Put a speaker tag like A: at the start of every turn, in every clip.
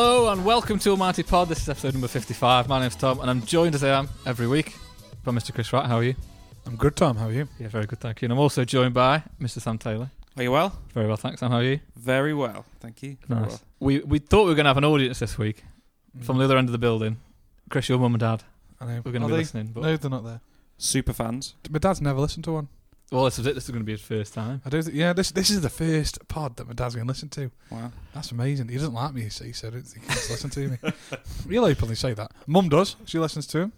A: welcome to Almighty Pod. This is episode number 55. My name's Tom, and I'm joined as I am every week by Mr. Chris Wright. How are you?
B: I'm good, Tom. How are you?
A: Yeah, very good, thank you. And I'm also joined by Mr. Sam Taylor.
C: Are you well?
A: Very well, thanks, Sam. How are you?
C: Very well, thank you. Very
A: Nice.
C: well.
A: We, we thought we were going to have an audience this week
B: Mm.
A: from the other end of the building. Chris, your mum and dad
B: I know.
A: were going to
B: Are
A: be
B: Oh, they?
A: listening. But,
B: No, they're not there.
C: Super fans.
B: My dad's never listened to one.
A: Well, this is it. This is going to be his first time.
B: I do. Th- yeah, this this is the first pod that my dad's going to listen to.
C: Wow.
B: That's amazing. He doesn't like me, you see, so I don't think he wants to listen to me. He'll openly say that. Mum does. She listens to him.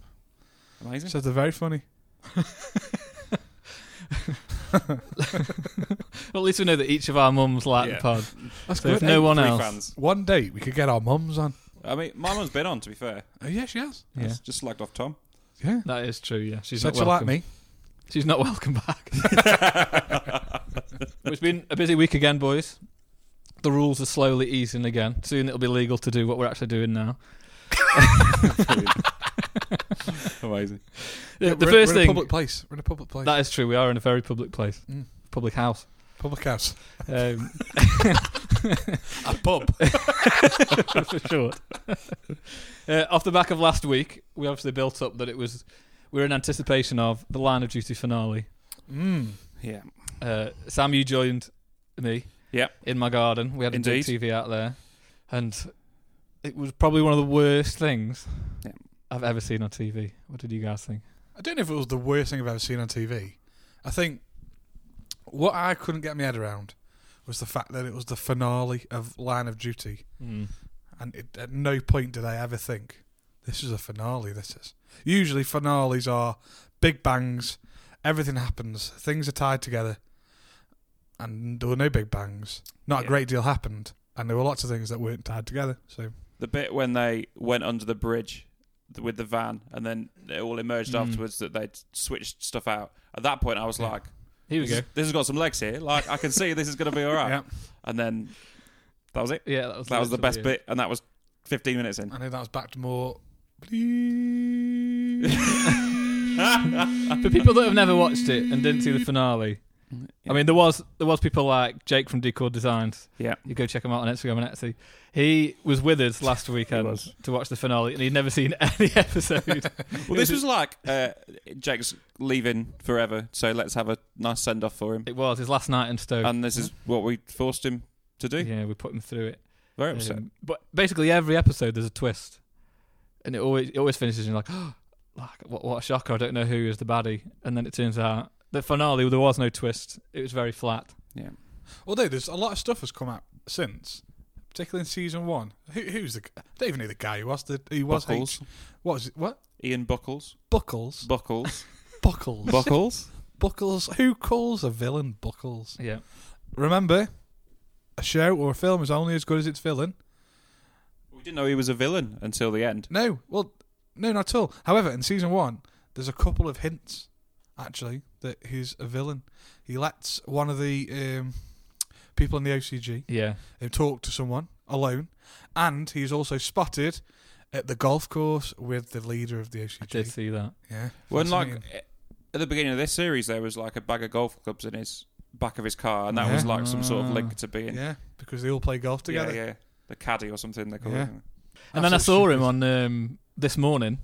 C: Amazing.
B: Says they're very funny.
A: Well, at least we know that each of our mums like
C: Yeah.
A: the pod.
B: That's
A: So if
B: good.
A: no one
C: Three
A: else.
C: fans.
B: One day we could get our mums on.
C: I mean, my mum's been on, to be fair.
B: Oh, yeah, she has.
A: Yeah,
C: It's Just slagged off Tom.
B: Yeah.
A: that is true. Yeah, she's
B: Said
A: not
B: she like
A: welcome.
B: me.
A: She's not welcome back. it's been a busy week again, boys. The rules are slowly easing again. Soon it'll be legal to do what we're actually doing now.
C: Amazing.
A: The,
B: Yeah,
A: the first
B: we're, we're in a
A: thing
B: public place. We're in a public place.
A: that is true. We are in a very public place,
B: Mm.
A: public house.
B: Public house.
A: Um,
B: A pub.
A: for sure. uh, off the back of last week, we obviously built up that it was we were in anticipation of the Line of Duty finale.
B: mm.
C: Yeah.
A: Uh, Sam, you joined me.
C: Yep.
A: In my garden, we had a
C: Indeed.
A: big TV out there, and it was probably one of the worst things
C: Yep.
A: I've ever seen on TV. What did you guys think?
B: I don't know if it was the worst thing I've ever seen on TV. I think what I couldn't get my head around was the fact that it was the finale of Line of Duty,
C: Hmm.
B: and it, at no point did I ever think this is a finale. This is usually finales are big bangs, everything happens, things are tied together, and there were no big bangs. Not
C: Yeah.
B: a great deal happened, and there were lots of things that weren't tied together. So
C: The bit when they went under the bridge th- with the van and then it all emerged
A: Mm.
C: afterwards that they'd switched stuff out. At that point, I was
B: Yeah.
C: like,
A: Here we
C: this,
A: go.
C: this has got some legs here. Like, I can see this is going to be all right.
B: yeah,
C: And then that was it.
A: Yeah, that was
C: That was the
A: literally
C: best
A: it.
C: bit. And that was 15 minutes in.
B: I know that was backed more. Please.
A: For people that have never watched it and didn't see the finale, I mean, there was there was people like Jake from Decor Designs.
C: Yeah.
A: You go check him out on Instagram and Etsy. He was with us last weekend
C: was.
A: to watch the finale, and he'd never seen any episode.
C: Well, this was like uh, Jake's leaving forever, so let's have a nice send off for him.
A: it was his last night in Stoke.
C: And this is what we forced him to do.
A: yeah, we put him through it.
C: Very upset.
A: Um, but basically, every episode there's a twist, and it always it always finishes in like, like what what a shocker! I don't know who is the baddie, and then it turns out the finale there was no twist. It was very flat.
C: yeah.
B: Although there's a lot of stuff has come out since, particularly in season one. Who, who's the? g- I don't even know the guy who was the. He was
C: Buckles.
B: H- what was it? What
C: Ian Buckles.
B: Buckles?
C: Buckles.
B: Buckles.
C: Buckles.
B: Buckles. Who calls a villain Buckles?
A: Yeah,
B: Remember, a show or a film is only as good as its villain.
C: We didn't know he was a villain until the end.
B: No, well, no, not at all. However, in season one, there's a couple of hints actually that he's a villain. He lets one of the um, people in the OCG
A: yeah.
B: who talked to someone alone, and he's also spotted at the golf course with the leader of the
A: I did
B: OCG.
A: see that.
B: Yeah,
C: When, like,
B: fascinating.
C: eh, at the beginning of this series, there was like a bag of golf clubs in his back of his car, and that
B: Yeah.
C: was like some sort of
A: Ah.
C: link to being.
B: yeah, because they all play golf together.
C: Yeah, yeah. The caddy or something they call
B: Yeah.
C: it.
A: And then I
B: Absolute
A: saw him
B: stupid.
A: on um, this morning,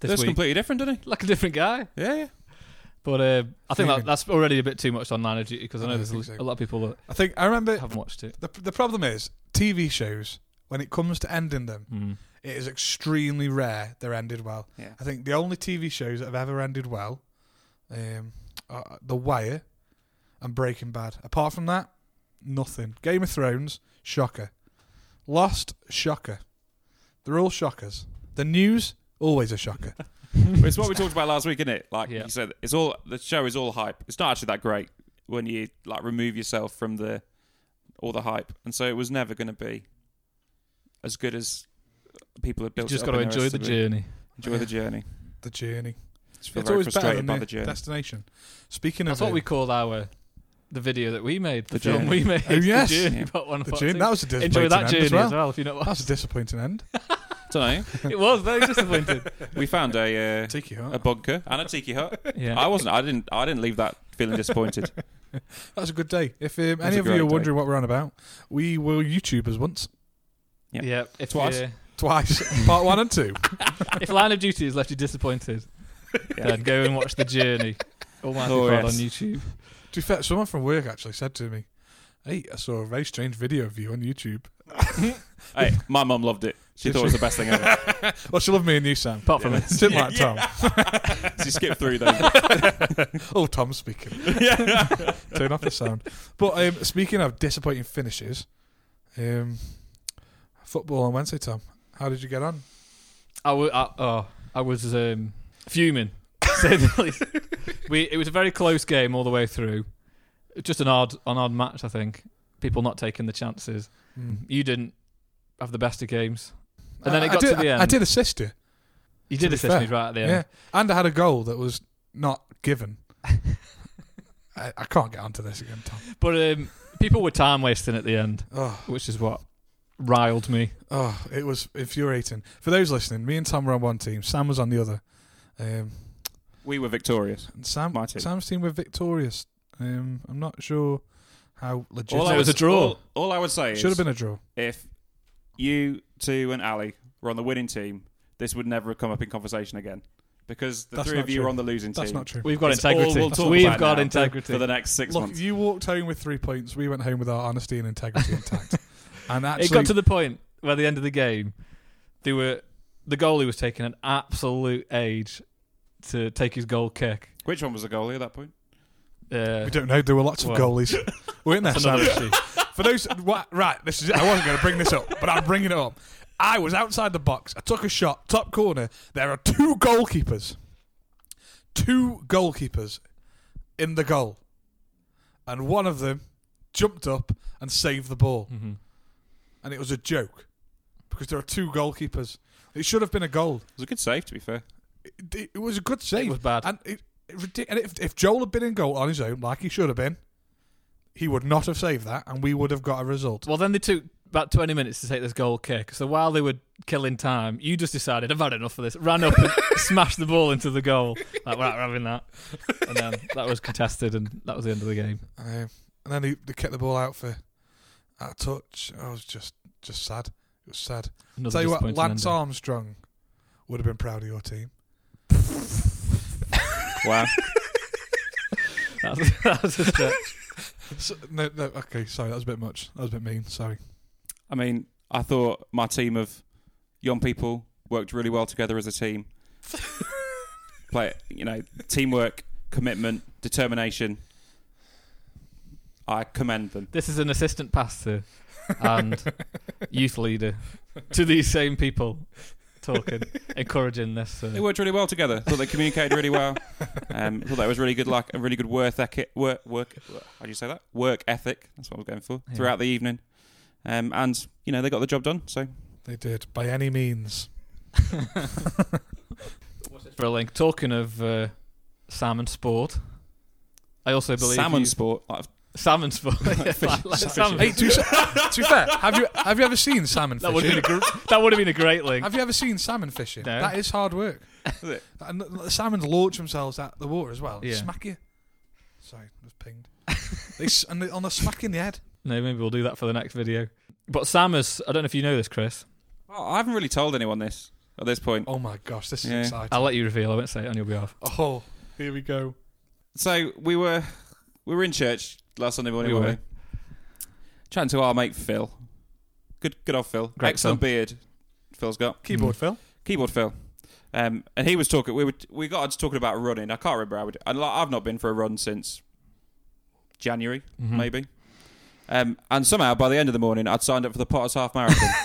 A: this
C: That's
A: week,
C: completely different, didn't
A: like a different guy.
C: he? Yeah, yeah.
A: But uh, I think that,
B: Fuming.
A: that's already a bit too much on Line of Duty because I
B: I
A: know
B: don't
A: there's a
B: think so.
A: a lot of people
B: I think I remember
A: that haven't watched it.
B: the the problem is TV shows when it comes to ending them,
A: Mm.
B: it is extremely rare they're ended well.
C: Yeah.
B: I think the only TV shows that have ever ended well, um, are The Wire and Breaking Bad. Apart from that, nothing. Game of Thrones, shocker. Lost, shocker. They're all shockers. The news, always a shocker.
C: But it's what we talked about last week, isn't it? Like
A: Yeah.
C: you said, it's all the show is all hype. It's not actually that great when you like remove yourself from the all the hype, and so it was never going to be as good as people had
A: You
C: built.
A: just
C: got to
A: enjoy the journey.
C: Enjoy the journey.
B: the journey.
C: Just feel
B: It's
C: very
B: always better
C: frustrated
B: than
C: by
B: the
C: the journey.
B: destination. Speaking
A: That's
B: of
A: what
B: um,
A: we called our the video that we made, the,
C: The
A: film
C: journey.
A: we made.
B: Oh, yes.
A: the journey.
C: Yeah.
A: Part one and
B: the
A: part
B: journey.
A: two.
B: That was a disappointing
A: Enjoy that
B: end
A: journey
B: as well.
A: if you know what.
B: That's a disappointing end.
C: Don't
A: it was very disappointed.
C: know. We found a uh,
B: Take you
C: a bunker and a tiki hut.
A: yeah,
C: I wasn't. I didn't. I didn't leave that feeling disappointed.
B: That was a good day. If um,
C: was
B: any
C: a
B: of you
C: great
B: are
C: day.
B: wondering what we're on about, we were YouTubers once.
C: Yeah.
A: yeah. If
C: Twice.
A: you-
B: twice, part one and two.
A: if Line of Duty has left you disappointed,
C: Yeah.
A: then go and watch The Journey. Almighty
C: Oh,
A: God
C: yes.
A: on YouTube.
B: To be fair, someone from work actually said to me, "Hey, I saw a very strange video of you on YouTube."
C: Hey, my mum loved it. She
B: Did
C: thought it was the best thing ever.
B: Well, she loved me and you, Sam.
A: Apart from
B: She didn't like Tom.
C: She skipped through those.
B: Oh, Tom's speaking.
C: yeah.
B: Turn off the sound. But um, speaking of disappointing finishes, um, football on Wednesday, Tom. How did you get on?
A: I wa- I- oh, I was um, fuming. to say the least. we it was a very close game all the way through. Just an odd an odd match, I think. People not taking the chances. You didn't have the best of games. And then
B: Hmm.
A: it
B: I-
A: got
B: I did,
A: to the end.
B: I did assist you.
A: You did
B: be
A: assist me
B: fair.
A: right at the
B: Yeah.
A: end.
B: and I had a goal that was not given. I, I can't get onto this again, Tom.
A: But um, people were time wasting at the end,
B: Oh,
A: which is what riled me.
B: oh, it was infuriating. For those listening, me and Tom were on one team. Sam was on the other. Um,
C: We were victorious.
B: and Sam,
C: My team.
B: Sam's team were victorious. Um, I'm not sure how legit.
A: I
B: it
A: was a draw.
C: All, all I would say is
B: Should have been a draw.
C: if you two and Ali were on the winning team, this would never have come up in conversation again because the
B: That's
C: three
B: not
C: of you
B: true.
C: were on the losing
B: That's
C: team
B: not true.
A: We've got
C: It's all
A: integrity.
C: we'll talk
A: We've
C: about
A: got
C: now
A: integrity.
C: for the next six
B: Look,
C: months.
B: you walked home with three points. We went home with our honesty and integrity intact. And actually,
A: it got to the point where the end of the game, they were the goalie was taking an absolute age to take his goal kick.
C: Which one was the goalie at that point?
A: Uh,
B: we don't know. There were lots of
A: Well,
B: goalies, weren't there,
A: that's
B: Sam?
A: another issue.
B: For those, what, right? This is. It. I wasn't going to bring this up, but I'm bringing it up. I was outside the box. I took a shot, top corner. There are two goalkeepers, two goalkeepers in the goal, and one of them jumped up and saved the ball.
A: Mhm.
B: and it was a joke because there are two goalkeepers. It should have been a goal.
C: It was a good save, to be fair.
B: It, it- it was a good
A: It
B: save,
A: was bad.
B: and it, it ridic- and if, if Joel had been in goal on his own, like he should have been, he would not have saved that, and we would have got a result.
A: Well, then they took about 20 minutes to take this goal kick. So while they were killing time, you just decided, I've had enough of this. Ran up and smashed the ball into the goal. Like, we're not having that. And then that was contested, and that was the end of the game.
B: Um, and then he, they kicked the ball out for out of touch. I was just just sad. It was sad.
A: Another
B: Tell you what,
A: disappointing
B: Lance
A: ending.
B: Armstrong would have been proud of your team.
C: Wow.
A: That was, that was just it.
B: So, no, no, okay, sorry, that was a bit much. That was a bit mean. Sorry.
C: I mean, I thought my team of young people worked really well together as a team. Play, you know, teamwork, commitment, determination. I commend them.
A: This is an assistant pastor and youth leader to these same people talking, encouraging this.
C: They
A: Uh,
C: worked really well together. Thought they communicated really well. Um, thought that was really good, like a really good work ethic. Work, work. How do you say that? Work ethic. That's what I was going for
A: Yeah.
C: throughout the evening. Um, and you know they got the job done. So
B: They did by any means.
A: for a link. Talking of uh, salmon sport, I also believe
C: salmon
A: you-
C: sport. Like,
A: Salmon sport. Yeah, like- like salmon.
B: Hey, to, be s- to be fair, have you have you ever seen salmon
A: That would
B: fishing?
A: have been a gr- that would have been a great link.
B: have you ever seen salmon fishing?
A: No.
B: That is hard work.
C: Is it?
B: And the- the salmon launch themselves at the water as well.
A: Yeah.
B: Smack you. Sorry, I was pinged. they s- and they, on the smack in the head.
A: No, maybe we'll do that for the next video. But Sam is. I don't know if you know this, Chris.
C: oh, I haven't really told anyone this at this point.
B: Oh my gosh, this is
C: Yeah.
B: exciting.
A: I'll let you reveal. I won't say it on your behalf.
B: Oh, here we go.
C: So we were we were in church last Sunday morning.
A: We were.
C: weren't we? Chatting to our mate Phil. Good, good old Phil.
A: Great
C: Excellent beard. Phil's got
B: Keyboard,
A: Mm.
B: Phil.
C: keyboard Phil. Um, and he was talking. We were we got onto talking about running. I can't remember. how we did- I would, I've not been for a run since January,
B: Mm-hmm.
A: Mhm.
C: maybe. Um, and somehow by the end of the morning, I'd signed up for the Potters Half Marathon.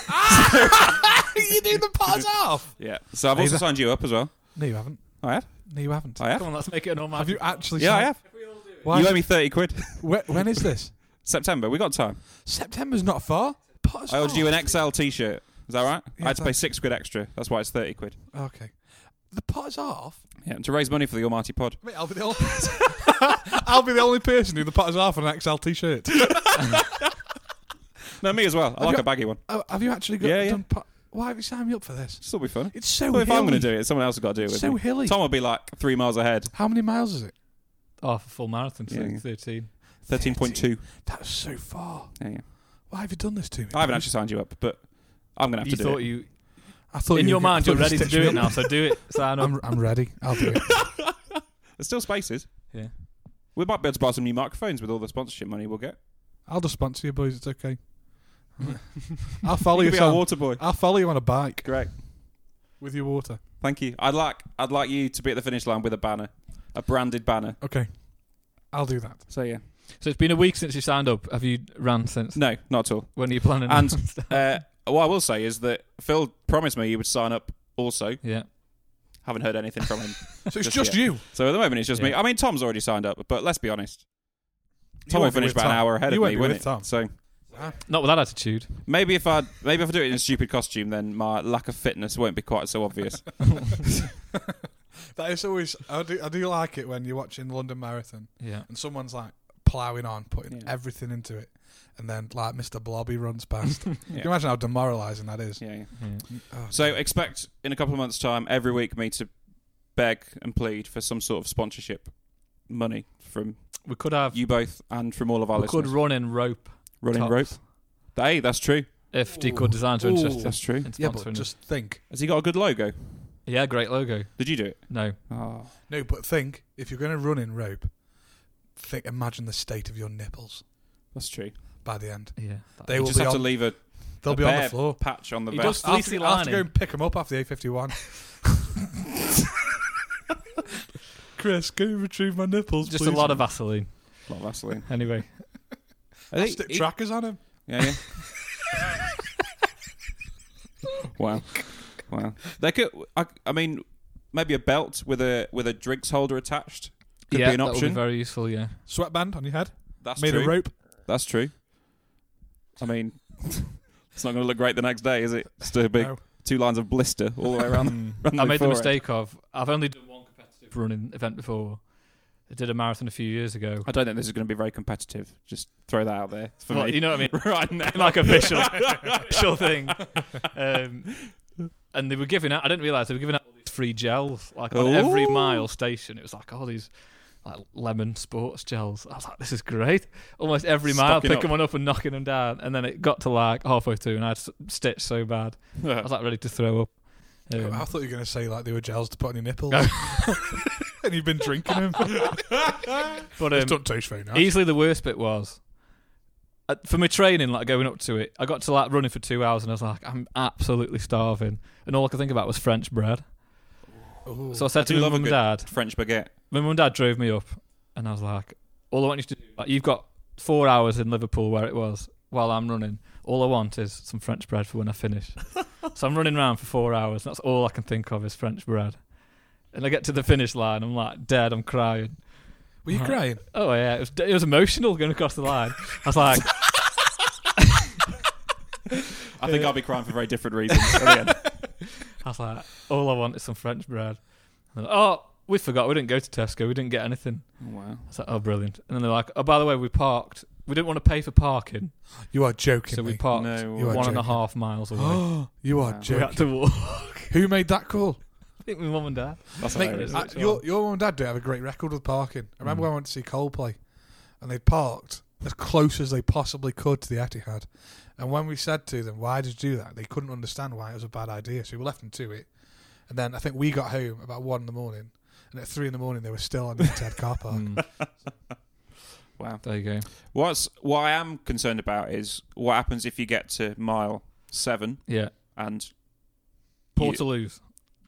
B: you do the paws off.
C: yeah. So I've also
B: Either.
C: signed you up as well.
B: No, you haven't.
C: Oh, I have.
B: No, you haven't.
C: I have.
A: Come on, let's make it an all
B: Have you actually?
C: Yeah, I
B: signed-
C: have.
B: Why
C: you
B: is
C: owe
B: it-
C: me thirty quid.
B: Whe- when is this?
C: September. We got time.
B: September's not far. Potters
C: I owed you
B: Half.
C: an XL T-shirt. Is that right?
B: Yeah,
C: I had to
B: that-
C: pay six quid extra. That's why it's thirty quid.
B: Okay. The Potters off.
C: Yeah, and to raise money for the Almighty Pod.
B: Mate, I'll be the only I'll be the only person who the patterns are for an XL t-shirt.
C: No, me as well. I
B: Have
C: like
B: you-
C: a baggy one.
B: Oh, have you actually got
C: Yeah, yeah.
B: done? Pa- Why have you signed me up for this?
C: Still be fun.
B: It's so
C: Well, if
B: hilly.
C: I'm going to do it, someone else has got to do it
B: It's
C: with
B: so
C: me.
B: hilly.
C: Tom will be like three miles ahead.
B: How many miles is it?
A: Oh, for full marathon, so
C: Yeah.
A: thirteen.
C: Thirteen point two.
B: That's so far.
C: Yeah, yeah.
B: Why have you done this to me?
C: I haven't actually signed you up, but I'm going to have
A: You
C: to do
A: thought
C: it.
A: you
B: I thought
A: In
B: you
A: your
B: were gonna- I
A: mind,
B: thought
A: you're
B: you
A: ready to
B: stitched
A: do
B: me
A: it
B: up.
A: now, so do it. Sign up.
B: I'm, I'm ready. I'll do it.
C: There's still spaces.
A: Yeah.
C: We might be able to buy some new microphones with all the sponsorship money we'll get.
B: I'll just sponsor you, boys. It's okay. I'll follow
C: You
B: you.
C: could be our
B: Sam.
C: water boy.
B: I'll follow you on a bike
C: Great.
B: with your water.
C: Thank you. I'd like I'd like you to be at the finish line with a banner, a branded banner.
B: Okay, I'll do that.
C: So yeah.
A: So it's been a week since you signed up. Have you ran since?
C: No, not at all.
A: When are you planning?
C: And uh, what I will say is that Phil promised me he would sign up. Also,
A: yeah,
C: haven't heard anything from him.
B: So it's
C: Just
B: just
C: yet.
B: you.
C: so at the moment, it's just me.
A: Yeah.
C: I mean, Tom's already signed up, but let's be honest.
B: You
C: Tom will
B: won't be
C: finish
B: with
C: about
B: Tom.
C: an hour ahead
B: You
C: of
B: won't
C: me,
B: be
C: wouldn't
B: with
C: it?
B: Tom.
C: So
A: not with that attitude.
C: maybe if I maybe if I do it in a stupid costume, then my lack of fitness won't be quite so obvious.
B: That is always. I do. I do like it when you're watching the London Marathon
A: Yeah.
B: and someone's like ploughing on, putting
C: Yeah.
B: everything into it, and then like Mr. Blobby runs past. Can
C: Yeah.
B: you imagine how demoralising that is?
C: yeah, yeah.
A: yeah.
B: Oh,
C: So expect in a couple of months' time, every week, me to beg and plead for some sort of sponsorship money from
A: We could have.
C: you both and from all of our
A: we could
C: listeners.
A: run in rope.
C: Running
A: tops
C: rope. Hey, that's true.
A: If the
B: Ooh.
A: good designs are interested
C: That's true.
A: in
B: yeah,
A: sponsoring
B: but
A: us.
B: just think.
C: Has he got a good logo?
A: Yeah, great logo.
C: Did you do it?
A: No,
C: Oh.
B: No, but think. If you're going to run in rope, think. Imagine the state of your nipples
C: That's true.
B: by the end.
A: yeah. that-
B: They
C: You
B: will
C: just
B: be
C: have to
B: on.
C: leave a,
B: They'll
C: a
B: be on
C: bare
B: the floor.
C: patch on the
A: He
C: vest.
A: does-
B: I'll have,
A: fleecy
B: to, I'll have to go
A: lining.
B: and pick them up off the A51. Chris, go and retrieve my nipples.
A: just a
B: please.
A: lot of Vaseline.
C: Not Vaseline.
A: Anyway,
C: I think
B: Stick
C: he-
B: trackers on him.
C: Yeah, yeah. wow, wow. They could. I, I mean, maybe a belt with a with a drinks holder attached could
A: yeah,
C: be an
A: that would
C: option.
A: be very useful. Yeah,
B: Sweatband on your head.
C: That's
B: made
C: true.
B: of rope.
C: That's true. I mean, it's not going to look great the next day, is it? Just a big
B: No.
C: two lines of blister all the way around.
A: Hmm. I made the
C: forehead.
A: mistake of I've only done one competitive running event before. I did a marathon a few years ago.
C: I don't think this is going to be very competitive. Just throw that out there for
A: Well,
C: me.
A: you know what I mean?
C: right now.
A: like official official thing. Um, and they were giving out. I didn't realize they were giving out all these free gels, like on every
C: Ooh.
A: mile station. It was like all these like lemon sports gels. I was like, this is great. Almost every mile,
C: Stocking
A: picking
C: up.
A: one up and knocking them down. And then it got to like halfway through, and I s- stitched so bad. I was like ready to throw up. Um,
B: I thought you were going to say like they were gels to put on your nipples. and you've been drinking them.
A: but
B: It
A: um,
B: don't taste very nice.
A: Easily the worst bit was uh, for my training, like going up to it. I got to like running for two hours, and I was like, I'm absolutely starving, and all I could think about was French bread.
B: Ooh.
A: So I said
C: I do
A: to my
C: love a
A: mum and
C: good-
A: dad,
C: French baguette.
A: my mum and dad drove me up, and I was like, all I want you to do, like, you've got four hours in Liverpool where it was while I'm running. All I want is some French bread for when I finish. so I'm running around for four hours, and that's all I can think of is French bread. And I get to the finish line, I'm like dead, I'm crying.
B: were you crying?
A: Oh yeah, it was, it was emotional going across the line. I was like,
C: I think I'll be crying for very different reasons. at the end.
A: I was like, all I want is some French bread. And they're like, oh, we forgot. We didn't go to Tesco. We didn't get anything.
C: Wow.
A: I was like, oh, brilliant. And then they're like, oh, by the way, we parked. We didn't want to pay for parking,
B: You are joking
A: so we
B: me.
A: parked
C: No,
A: one and a half
B: You are joking.
A: miles away.
B: you are
C: Wow.
A: we
B: joking.
A: had to walk.
B: Who made that call?
A: I think my mum and dad.
C: That's
B: Mate,
C: hilarious.
A: I-
B: uh, your your mum and dad do have a great record with parking. I remember when I went to see Coldplay, and they parked as close as they possibly could to the Etihad. And when we said to them, "Why did you do that?" they couldn't understand why it was a bad idea. So we left them to it. And then I think we got home about one in the morning, and at three in the morning they were still on the Etihad car park.
A: Mm,
C: Wow.
A: there you go.
C: What's what I am concerned about is what happens if you get to mile seven
A: Yeah,
C: and
A: Portaloos.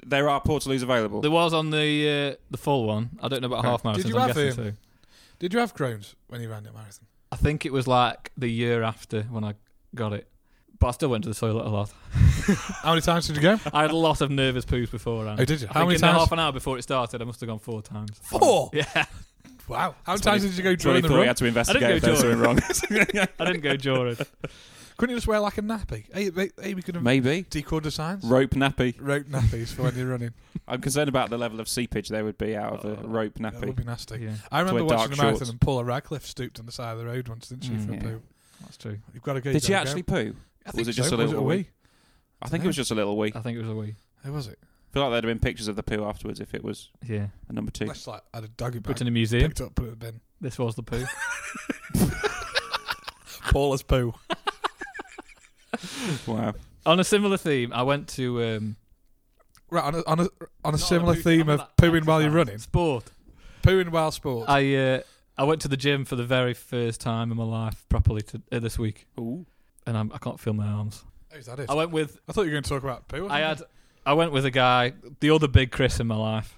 C: there are portaloos available.
A: There was on the uh, the full one. I don't know about
C: Okay.
A: half marathons.
B: Did you
A: I'm
B: have
A: guessing so.
B: Did you have groans when you ran your marathon?
A: I think it was like the year after when I got it, but I still went to the toilet a lot.
B: How many times did you go?
A: I had a lot of nervous poos beforehand.
B: Oh, did you?
A: I
B: How
A: think
B: many
A: in the
B: times?
A: half an hour before it started, I must have gone four times.
B: Four.
A: Yeah,
B: Wow. How many
C: That's when
B: times did you go
C: That's what
B: during
C: he
B: the
C: thought he
B: run?
C: had to investigate
A: go
C: if there was something wrong.
A: I didn't go Jordan.
B: Couldn't you just wear like a nappy? Hey, mate, hey we could have
C: Maybe
B: decoded the signs.
C: rope nappy.
B: Rope nappies for when you're running.
C: I'm concerned about the level of seepage there would be out of a
A: Oh,
C: rope
B: That would
C: nappy.
B: be nasty.
A: Yeah,
B: I remember watching
C: wear dark
B: the marathon
C: shorts.
B: and Paula Radcliffe stooped on the side of the road once, didn't she?
A: Mm.
B: for a
C: Yeah.
B: poo?
A: that's true.
B: You've got to go.
C: Did she
B: you gotta
C: actually
B: Go.
C: poo?
B: I
C: was
B: think
C: it just
B: so.
C: a little
B: was it
C: wee? I think it was just a little wee.
A: I think it was a wee.
B: Who was it?
C: I feel like there'd have been pictures of the poo afterwards if it was
A: Yeah,
C: a number two.
B: Let's like had a doggy
A: put
B: bag,
A: in a museum.
B: picked up, put it in the bin.
A: This was the poo.
B: Paula's poo.
C: Wow.
A: on a similar theme, I went to um,
B: Right, on a, on a, on a
A: Not
B: similar
A: poo-
B: theme
A: not
B: of
A: about
B: pooing while you're
A: exercise.
B: running,
A: sport.
B: pooing while sport.
A: I uh, I went to the gym for the very first time in my life properly to, uh, this week,
C: Ooh.
A: and I'm, I can't feel my arms.
B: Who's that is?
A: I went with
B: I thought you were going to talk about poo.
A: I had I went with a guy, the other big Chris in my life,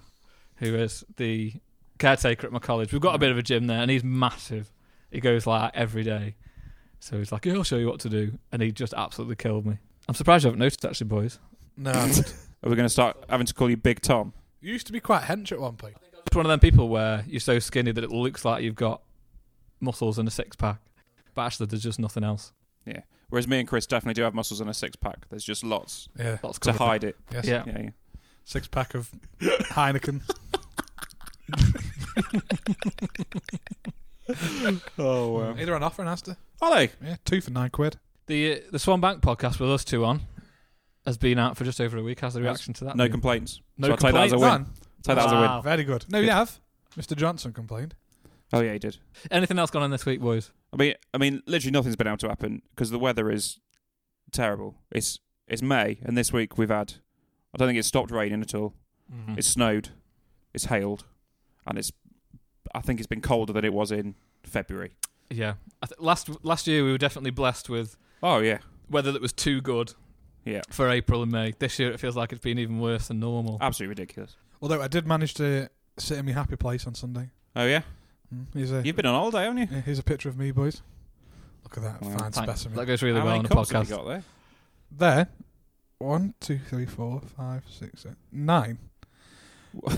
A: who is the caretaker at my college. We've got a bit of a gym there, and he's massive. He goes like every day, so he's like, "Yeah, I'll show you what to do," and he just absolutely killed me. I'm surprised you haven't noticed, actually, boys.
B: No,
C: Are we going to start having to call you Big Tom?
B: you used to be quite hench at one point.
A: It's one of them people where you're so skinny that it looks like you've got muscles and a six pack, but actually there's just nothing else.
C: Whereas me and Chris definitely do have muscles and a six pack. There's just lots
B: Yeah,
A: Lots
C: to
A: covered.
C: hide it.
B: yes.
A: Yeah.
C: Yeah, yeah.
B: Six pack of Heineken.
C: Oh wow.
B: Either on offer, Asta.
C: Are they?
B: Yeah, two for nine quid.
A: The uh, the Swan Bank podcast with us two on has been out for just over a week. How's the
C: That's-
A: reaction to that?
C: No
A: been?
C: complaints.
A: No
C: so I'll take that as a win.
B: Done.
C: Take that as a win.
A: Wow.
B: Very good. No,
C: Good.
B: you have. Mr. Johnson complained.
C: Oh yeah, he did.
A: Anything else going on this week, boys?
C: I mean, I mean, literally nothing's been able to happen because the weather is terrible. It's it's May, and this week we've had. I don't think it's stopped raining at all. It's snowed, it's hailed, and it's. I think it's been colder than it was in February.
A: Yeah. I th- last last year we were definitely blessed with
C: Oh yeah,
A: weather that was too good.
C: Yeah.
A: For April and May. This year it feels like it's been even worse than normal.
C: absolutely ridiculous.
B: Although I did manage to sit in my happy place on Sunday.
C: Oh yeah,
B: Mm, Here's a
C: you've been on holiday, haven't you?
B: yeah, here's a picture of me, boys. Look at that
C: Wow.
B: fine
A: Thank-
B: specimen.
A: that goes really
C: How
A: well
C: many
A: on a
C: cups have
A: podcast.
C: you got there?
B: There. One, two, three, four, five, six, seven, nine.
C: Wha-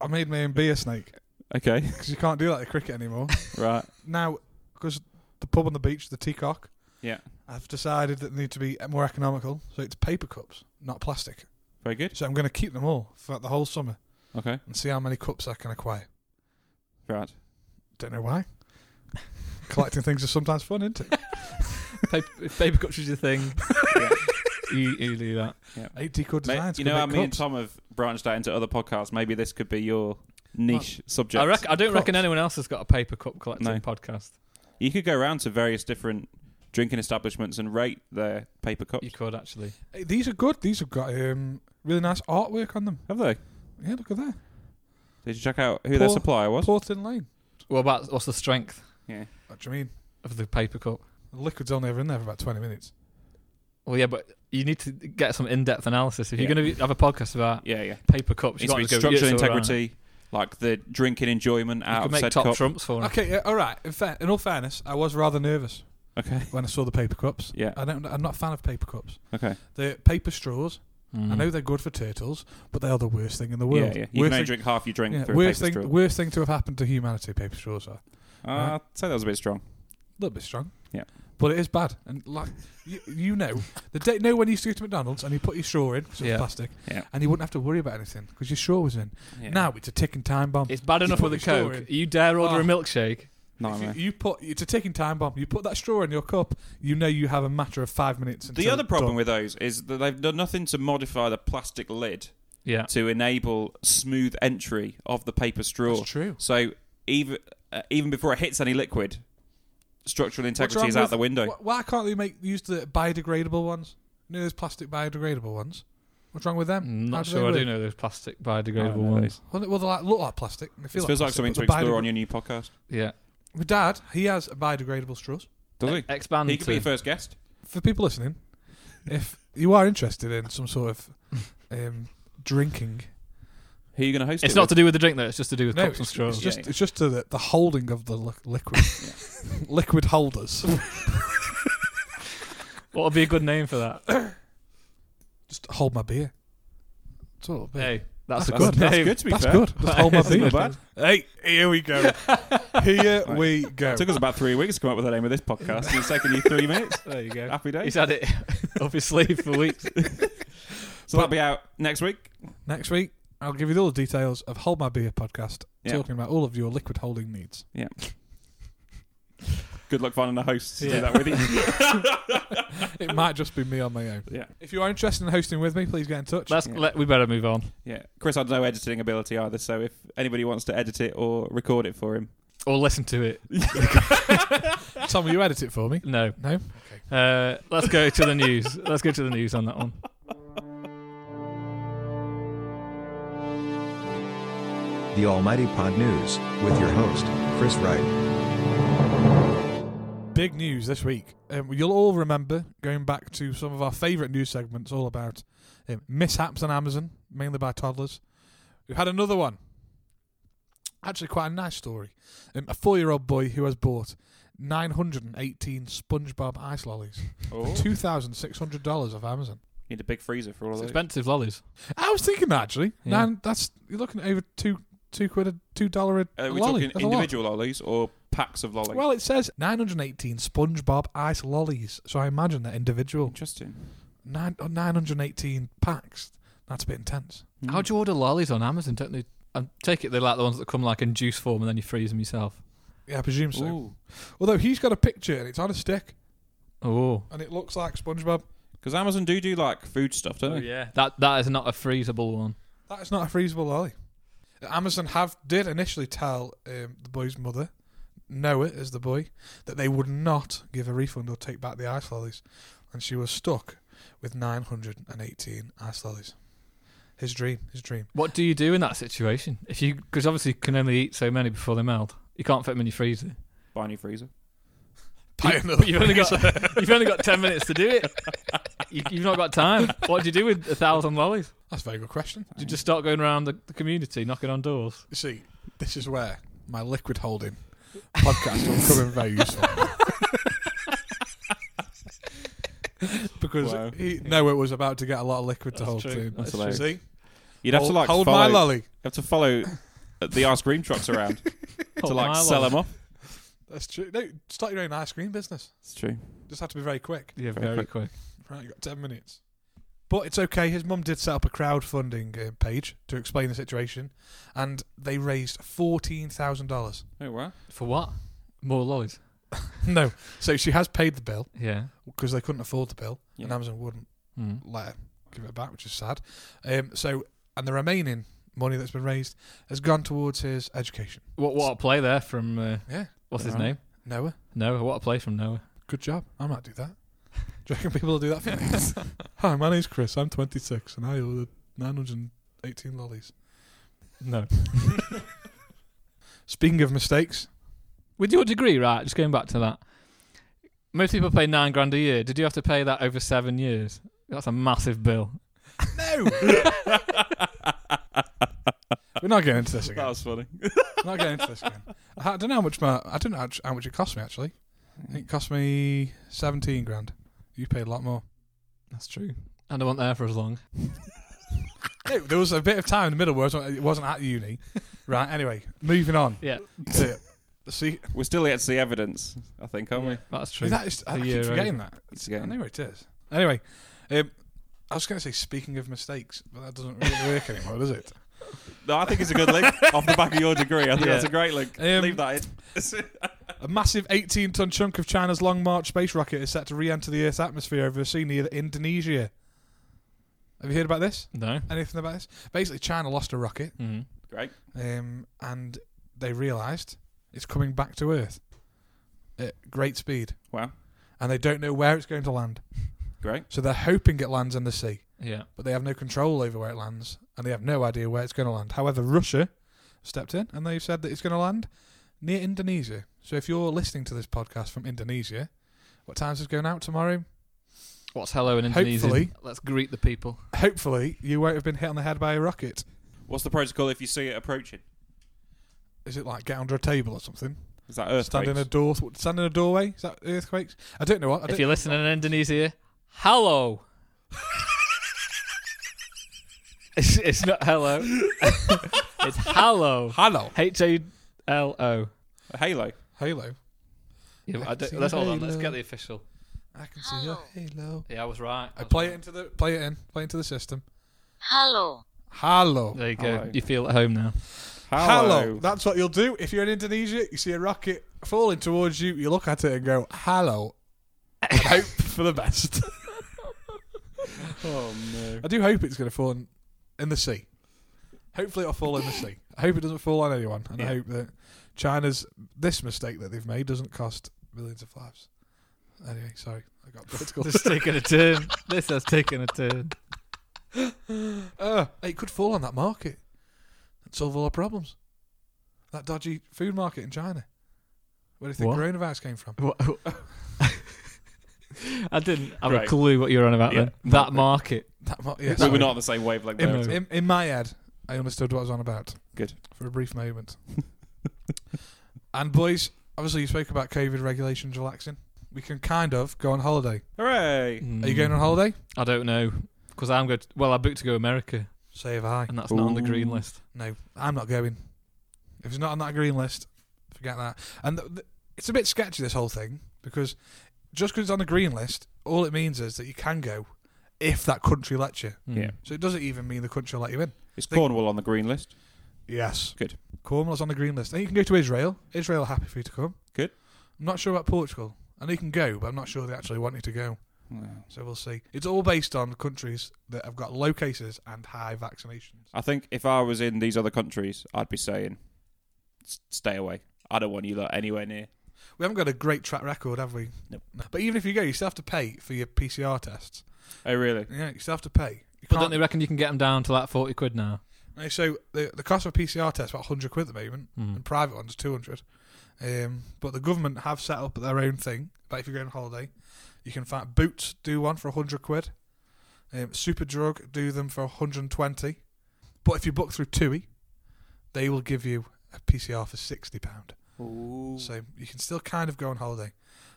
B: I made me own beer snake
C: Okay,
B: because you can't do that at cricket anymore.
C: right.
B: now, because the pub on the beach, the Teacock,
C: Yeah,
B: I've decided that they need to be more economical. So it's paper cups, not plastic.
C: very good.
B: So I'm going to keep them all throughout the whole summer
C: Okay,
B: and see how many cups I can acquire.
C: right.
B: Don't know why. Collecting things is sometimes fun, isn't it?
A: paper, if paper cups is your thing, you, you do that.
B: 80 quid
C: Mate,
B: designs.
C: you
B: could
C: know how
B: make
C: me and
B: cups.
C: Tom have branched out into other podcasts. Maybe this could be your niche subject.
A: I, reckon, I don't reckon
B: Cups.
A: anyone else has got a paper cup collecting
C: No.
A: podcast.
C: You could go around to various different drinking establishments and rate their paper cups.
A: You could actually.
B: Hey, These are good. These have got um, really nice artwork on them.
C: Have they?
B: Yeah, look at that.
C: Did you check out who
B: Paul-
C: their supplier was?
B: Porton Lane.
A: What about what's the strength
C: Yeah.
B: What do you mean?
A: of the paper cup?
B: The liquid's only ever in there for about 20 minutes.
A: Well, yeah, but you need to get some in-depth analysis if you're
C: Yeah.
A: going to have a podcast about
C: Yeah, yeah.
A: paper cups. You've
C: It's
A: got
C: about
A: to go,
C: structural
A: "Yes, all right."
C: integrity, like the drinking enjoyment
A: You
C: out
A: could
C: of
A: make
C: said
A: top
C: cup.
A: trumps for 'em.
B: Okay, yeah, all right. In, fair, in all fairness, I was rather nervous
C: Okay.
B: when I saw the paper cups.
C: Yeah.
B: I don't, I'm not a fan of paper cups.
C: Okay.
B: The paper straws, I
A: Mm.
B: know they're good for turtles, but they are the worst thing in the world.
C: Mm-hmm. Yeah, yeah. You
B: worst
C: can only
B: thing,
C: drink half your drink
B: yeah,
C: through a
B: worst,
C: paper
B: thing,
C: straw.
B: worst thing to have happened to humanity, paper straws are.
C: Uh, I'd say that was a bit strong.
B: A little bit strong.
C: Yeah.
B: But it is bad. And like you, you know, the day no when you used to go to McDonald's and you put your straw in 'cause it was
A: Yeah.
B: plastic,
C: Yeah.
B: and you wouldn't have to worry about anything because your straw was in.
C: Yeah.
B: Now it's a ticking time bomb.
A: It's bad enough
B: You
A: with a
B: put your straw
A: Coke. You dare order
B: Oh.
A: a milkshake.
B: If you,
C: Nightmare.
B: you put it's a ticking time bomb. You put that straw in your cup, you know you have a matter of five minutes.
C: The
B: until
C: other
B: it's
C: problem
B: done.
C: with those is that they've done nothing to modify the plastic lid
A: Yeah.
C: to enable smooth entry of the paper straw.
B: that's true.
C: So even uh, even before it hits any liquid, structural
B: What's
C: integrity
B: wrong
C: is out
B: with-
C: the window.
B: wh- Why can't they make use the biodegradable ones? You know those plastic biodegradable ones. What's wrong with them?
C: Mm,
A: I'm
B: How
A: not
B: do
A: sure I
B: they
A: do
B: work?
A: know those plastic
C: I
A: biodegradable
C: don't know
A: ones.
B: Well, they, well, they like, look like plastic. They feel
C: It feels like something to
B: plastic, but
C: explore
B: biodeg-
C: on your new podcast.
A: Yeah.
B: My dad, he has a biodegradable straws.
C: Does he?
A: E- Expand
C: He could be
A: to-
C: your first guest.
B: for people listening, if you are interested in some sort of um, drinking,
C: Who are you going to host?
A: It's
C: it
A: not
C: with?
A: to do with the drink though. It's just to do with cups
B: it's,
A: and
B: it's
A: straws.
B: just
C: Yeah, yeah.
B: it's just to the, the holding of the li- liquid, liquid holders.
A: What would be a good name for that?
B: just hold my beer. That's all. it'll be.
A: hey, that's, a
C: That's,
A: good
C: that's
A: name.
C: good. To be
B: That's
C: fair,
B: good. Just hold my
A: That's
B: beer.
C: not bad.
B: Hey, here we go. here we go.
C: It took us about three weeks to come up with the name of this podcast. and It's taken you three minutes.
A: There you go.
C: Happy day.
A: He's
C: So
A: had it up his sleeve for weeks.
C: that'll be out next week.
B: Next week, I'll give you all the details of Hold My Beer podcast,
C: Yeah.
B: talking about all of your liquid holding needs.
C: Good luck finding a host to
A: Yeah.
C: do that with you.
B: It might just be me on my own.
C: Yeah,
B: If you are interested in hosting with me, please get in touch.
A: Let's
C: Yeah.
A: let we better move on.
C: yeah. Chris had no editing ability either, so if anybody wants to edit it or record it for him,
A: or listen to it.
B: Tom, will you edit it for me?
A: No.
B: No?
A: Uh, let's go to the news. let's go to the news on that one.
D: The Almighty Pod News, with your host, Chris Wright.
B: Big news this week. Um, you'll all remember going back to some of our favourite news segments, all about um, mishaps on Amazon, mainly by toddlers. We've had another one. Actually, quite a nice story. Um, a four-year-old boy who has bought 918 SpongeBob ice lollies for
C: Oh.
B: two thousand six hundred dollars off Amazon.
C: Need a big freezer for all
A: It's
C: of those.
A: expensive lollies.
B: I was thinking that actually.
A: Yeah.
B: Nine, that's you're looking at over two two quid a two dollar a
C: Are we
B: lolly.
C: Uh, talking
B: That's a lot.
C: individual lollies or packs of lollies?
B: Well, it says 918 SpongeBob ice lollies, so I imagine they're individual.
C: interesting.
B: Nine, oh, 918 packs. That's a bit intense.
A: How do you order lollies on Amazon? Don't they? I take it they're like the ones that come like in juice form and then you freeze them yourself.
B: Yeah, I presume so.
C: Ooh.
B: Although he's got a picture and it's on a stick
A: Oh.
B: and it looks like SpongeBob.
C: Because Amazon do do like food stuff, don't
A: Oh
C: they?
A: yeah. That that is not a freezable one.
B: That is not a freezable lolly. Amazon have did initially tell um, the boy's mother, Noah as the boy, that they would not give a refund or take back the ice lollies, and she was stuck with 918 ice lollies. His dream, his dream.
A: What do you do in that situation? If you because obviously you can only eat so many before they melt. You can't fit them in your freezer.
C: Buy a new freezer.
B: Buy
A: You-
B: another
A: you've only got you've only got ten minutes to do it. You, you've not got time. What do you do with a thousand lollies?
B: That's a very good question.
A: Do you just start going around the, the community knocking on doors?
B: You see, this is where my liquid holding podcast will come in very useful. because
C: Wow.
B: he, Noah was about to get a lot of liquid to hold
A: true.
B: too.
A: That's
B: You
C: hilarious.
B: see?
C: You'd have
B: hold,
C: to like
B: hold
C: follow,
B: my lolly.
C: Have to follow the ice cream trucks around
A: Oh,
C: to like sell them off.
B: That's true. No, start your own ice cream business.
C: It's true.
B: Just have to be very quick.
A: Yeah,
C: Very
A: very quick.
B: Right, you got ten minutes. But it's okay. His mum did set up a crowdfunding uh, page to explain the situation, and they raised fourteen thousand dollars.
C: Oh wow.
A: For what? More lollies.
B: No, so she has paid the bill
A: Yeah.
B: because they couldn't afford the bill, and
C: Yeah.
B: Amazon wouldn't
A: Mm.
B: let her give it back, which is sad. Um, so, and the remaining money that's been raised has gone towards his education.
A: What what a play there from uh,
B: Yeah,
A: what's his
C: Right.
A: name?
B: Noah,
A: Noah. What a play from Noah.
B: good job. I might do that. Do you reckon people will do that for me? Hi, my name's Chris. I'm 26, and I ordered 918 lollies.
A: No.
B: Speaking of mistakes,
A: With your degree, right? Just going back to that. Most people pay nine grand a year. Did you have to pay that over seven years? That's a massive bill.
B: no. We're not getting into this again.
C: was funny.
B: We're not getting into this again. I don't know how much my I don't know how- how much it cost me actually. I think it cost me 17 grand. You paid a lot more.
A: That's true. And I wasn't there for as long.
B: No, there was a bit of time in the middle where it wasn't at uni. Right, anyway, moving on.
A: Yeah.
B: to the se-
C: We're still yet to see evidence, I think, aren't we?
A: That's true.
B: That is, I
A: The
B: keep
A: year
B: forgetting that.
C: It's
B: I
C: again.
B: know where it is. Anyway, um, I was going to say, speaking of mistakes, but that doesn't really work anymore, does it?
C: No, I think it's a good link off the back of your degree. I think
A: Yeah.
C: that's a great link.
B: Um,
C: Leave that in.
B: A massive 18 ton chunk of China's Long March space rocket is set to re enter the Earth's atmosphere over a sea near Indonesia. Have you heard about this?
A: no.
B: Anything about this? Basically, China lost a rocket
A: Mm.
C: Great.
B: um, and they realised it's coming back to Earth at great speed.
C: Wow.
B: And they don't know where it's going to land.
C: Great.
B: So they're hoping it lands in the sea,
A: Yeah.
B: but they have no control over where it lands, and they have no idea where it's going to land. However, Russia stepped in and they've said that it's going to land near Indonesia. So if you're listening to this podcast from Indonesia, what time's it going out tomorrow?
A: What's hello in Indonesian?
B: Hopefully.
A: Let's greet the people.
B: Hopefully, you won't have been hit on the head by a rocket.
C: What's the protocol if you see it approaching?
B: Is it like get under a table or something?
C: Is that earthquakes?
B: Stand in a door, stand in a doorway? Is that earthquakes? I don't know what. I
A: If
B: don't,
A: you're listening in Indonesia, hello. it's, it's not hello. it's hello.
B: Hello.
A: H A L O.
C: A halo.
B: Halo.
A: Yeah, I don't-
B: See
A: Let's hold on. Let's
B: halo.
A: get the official.
B: I can see your halo.
A: Yeah, I was right.
B: I
A: was
B: play
A: right.
B: it into the play it in. Play into the system.
E: Hello.
B: Halo.
A: There you go.
C: Hello.
A: You feel at home now.
B: Hello. That's what you'll do if you're in Indonesia. You see a rocket falling towards you. You look at it and go, "Hello." I hope for the best.
C: Oh no. Oh,
B: I do hope it's going to fall in, in the sea. Hopefully, it'll fall in the sea. I hope it doesn't fall on anyone, and I
C: Yeah.
B: hope that China's this mistake that they've made doesn't cost millions of lives. Anyway, sorry, I got political.
A: This has taken a turn. This has taken a turn.
B: uh, it could fall on that market and solve all our problems. That dodgy food market in China. Where do you think
A: What?
B: coronavirus came from?
A: What- I didn't have a
C: Right.
A: clue what you were on about
C: Yeah.
A: then. That market.
B: That mar- yeah,
C: we
B: sorry.
C: were not on the same wavelength
B: in,
C: there.
A: No.
B: in, in my head, I understood what I was on about.
C: Good.
B: For a brief moment. and boys, obviously you spoke about COVID regulations relaxing. We can kind of go on holiday.
C: Hooray!
B: Are you going on holiday?
A: Mm. I don't know because I'm going. To, well, I booked to go America,
B: So have I.
A: and that's not on the green
C: Ooh.
A: list.
B: No, I'm not going. If it's not on that green list, forget that. And th- th- it's a bit sketchy this whole thing because just because it's on the green list, all it means is that you can go if that country lets you.
C: Yeah.
B: So it doesn't even mean the country will let you in.
C: Is
B: Think-
C: Cornwall on the green list?
B: Yes.
C: Good.
B: Cornwall's on the green list. And you can go to Israel. Israel are happy for you to come.
C: Good.
B: I'm not sure about Portugal. I know you can go, but I'm not sure they actually want you to go. So we'll see. It's all based on countries that have got low cases and high vaccinations.
C: I think if I was in these other countries, I'd be saying, "S- "Stay away. I don't want you lot anywhere near."
B: We haven't got a great track record, have we?
C: Nope.
B: But even if you go, you still have to pay for your PCR tests.
C: Oh, really?
B: Yeah, you still have to pay. You
A: But
B: can't-
A: don't they reckon you can get them down to like forty quid now?
B: No, so the, the cost of a PCR test is about 100 quid at the moment,
A: Mm.
B: and private ones 200. Um, but the government have set up their own thing. But if you go on holiday, you can find Boots do one for 100 quid. Um, Superdrug do them for 120. But if you book through TUI, they will give you a PCR for 60 pound.
C: Ooh.
B: So you can still kind of go on holiday.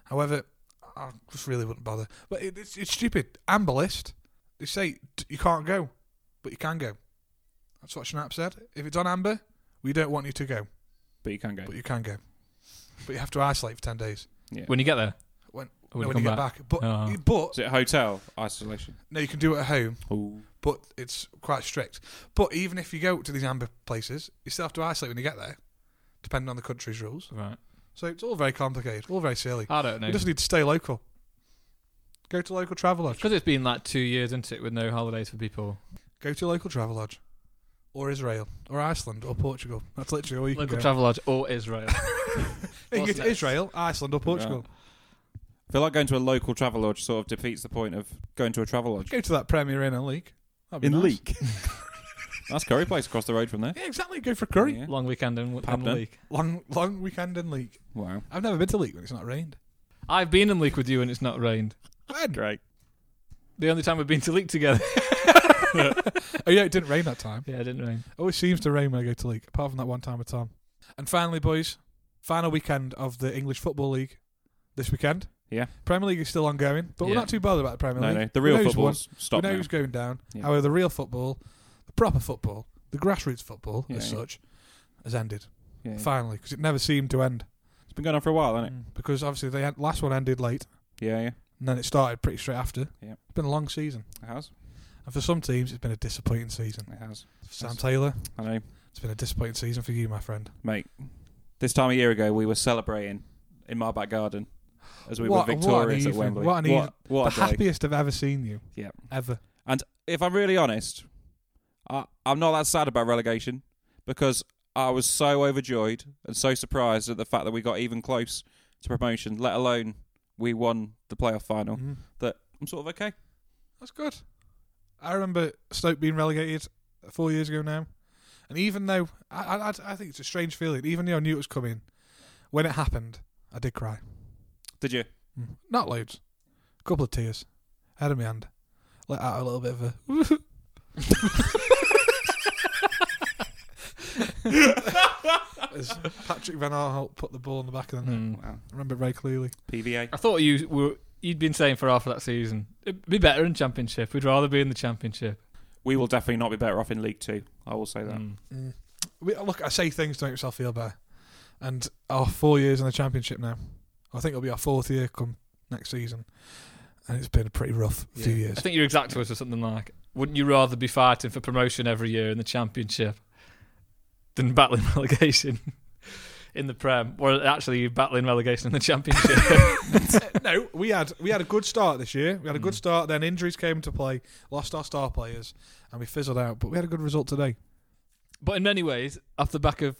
B: However, I just really wouldn't bother. But it, it's, it's stupid. Amber List, they say t- you can't go, but you can go. That's what Schnapp said. If it's on Amber, we don't want you to go,
C: But you can go.
B: but you can go. But you have to isolate for 10 days
C: Yeah.
A: When you get there,
B: When-
A: Or when,
B: when
A: you
B: you
A: come
B: get back. But,
A: Oh.
B: but
C: Is it hotel isolation?
B: no, you can do it at home,
C: Ooh.
B: but it's quite strict. But even if you go to these Amber places, you still have to isolate when you get there, depending on the country's rules.
A: Right.
B: So it's all very complicated, all very silly.
A: I don't know.
B: You just need to stay local. Go to local travel lodge.
A: Because it's been like two years, isn't it, with no holidays for people.
B: Go to local travel lodge, or Israel, or Iceland, or Portugal. That's literally all you
A: Local
B: can go.
A: travel lodge or Israel.
B: you can go
A: What's
B: to
A: next?
B: Israel, Iceland, or Portugal.
C: I feel like going to a local travel lodge sort of defeats the point of going to a travel lodge.
B: Go to that Premier Inn and League. That'd be
C: In
B: nice.
C: Leek. That's Curry Place across the road from there.
B: Yeah, exactly. Go for curry.
C: Yeah.
A: Long weekend in, in
C: Pabden.
A: Leek.
B: Long, long weekend in Leek.
C: Wow.
B: I've never been to Leek when it's not rained.
A: I've been in Leek with you and it's not rained.
B: When?
C: Great.
A: The only time we've been to Leek together.
B: Oh yeah, it didn't rain that time.
A: yeah, it didn't rain.
B: Always seems to rain when I go to Leek, apart from that one time with Tom. And finally, boys, final weekend of the English Football League this weekend.
C: Yeah.
B: Premier League is still ongoing, but we're
A: Yeah.
B: not too bothered about the Premier
C: No,
B: League.
C: no. The
B: We
C: real
B: know who's won.
C: football's stopped
B: we know
C: now.
B: who's going down.
C: Yeah.
B: However, the real football, the proper football, the grassroots football
C: Yeah,
B: as
C: yeah.
B: such, has ended
C: Yeah.
B: finally because it never seemed to end.
C: It's been going on for a while, hasn't
B: Because obviously the en- last one ended late,
C: it? Yeah, yeah.
B: and then it started pretty straight after.
C: Yeah.
B: It's been a long season,
C: It has.
B: and for some teams, it's been a disappointing season.
C: It has.
B: For Sam
C: Yes.
B: Taylor,
C: I know.
B: it's been a disappointing season for you, my friend.
C: Mate, this time a year ago, we were celebrating in my back garden as we
B: What-
C: were
B: what an
C: victorious at
B: evening.
C: Wembley.
B: What an
C: what, what
B: the
C: a day.
B: happiest I've ever seen you.
C: Yeah.
B: Ever.
C: And if I'm really honest, I, I'm not that sad about relegation because I was so overjoyed and so surprised at the fact that we got even close to promotion, let alone we won the playoff final,
A: Mm.
B: Mhm.
C: that I'm sort of okay.
B: That's good. I remember Stoke being relegated four years ago now, and even though I, I, I- I think it's a strange feeling, even though I knew it was coming, when it happened, I did cry.
C: Did you?
B: Mm. Not loads, a couple of tears, out of my hand, let out a little bit of a. As Patrick Van Aanholt put the ball in the back of the net,
A: Mm.
C: Wow.
B: I remember it very clearly.
C: PVA.
A: I thought you were. You'd been saying for half of that season, it'd be better in Championship. We'd rather be in the Championship.
C: We will definitely not be better off in League Two. I will say that.
A: Mm.
B: Mm. We, look, I say things to make myself feel better. And our four years in the championship now. I think it'll be our fourth year come next season. And it's been a pretty rough few
A: Yeah.
B: years.
A: I think your exact words were something like, "Wouldn't you rather be fighting for promotion every year in the Championship than battling relegation in the Prem, or actually you're battling relegation in the Championship?"
B: no, we had we had a good start this year. We had a good
A: Mm.
B: start. Then injuries came into play, lost our star players, and we fizzled out. But we had a good result today.
A: But in many ways, off the back of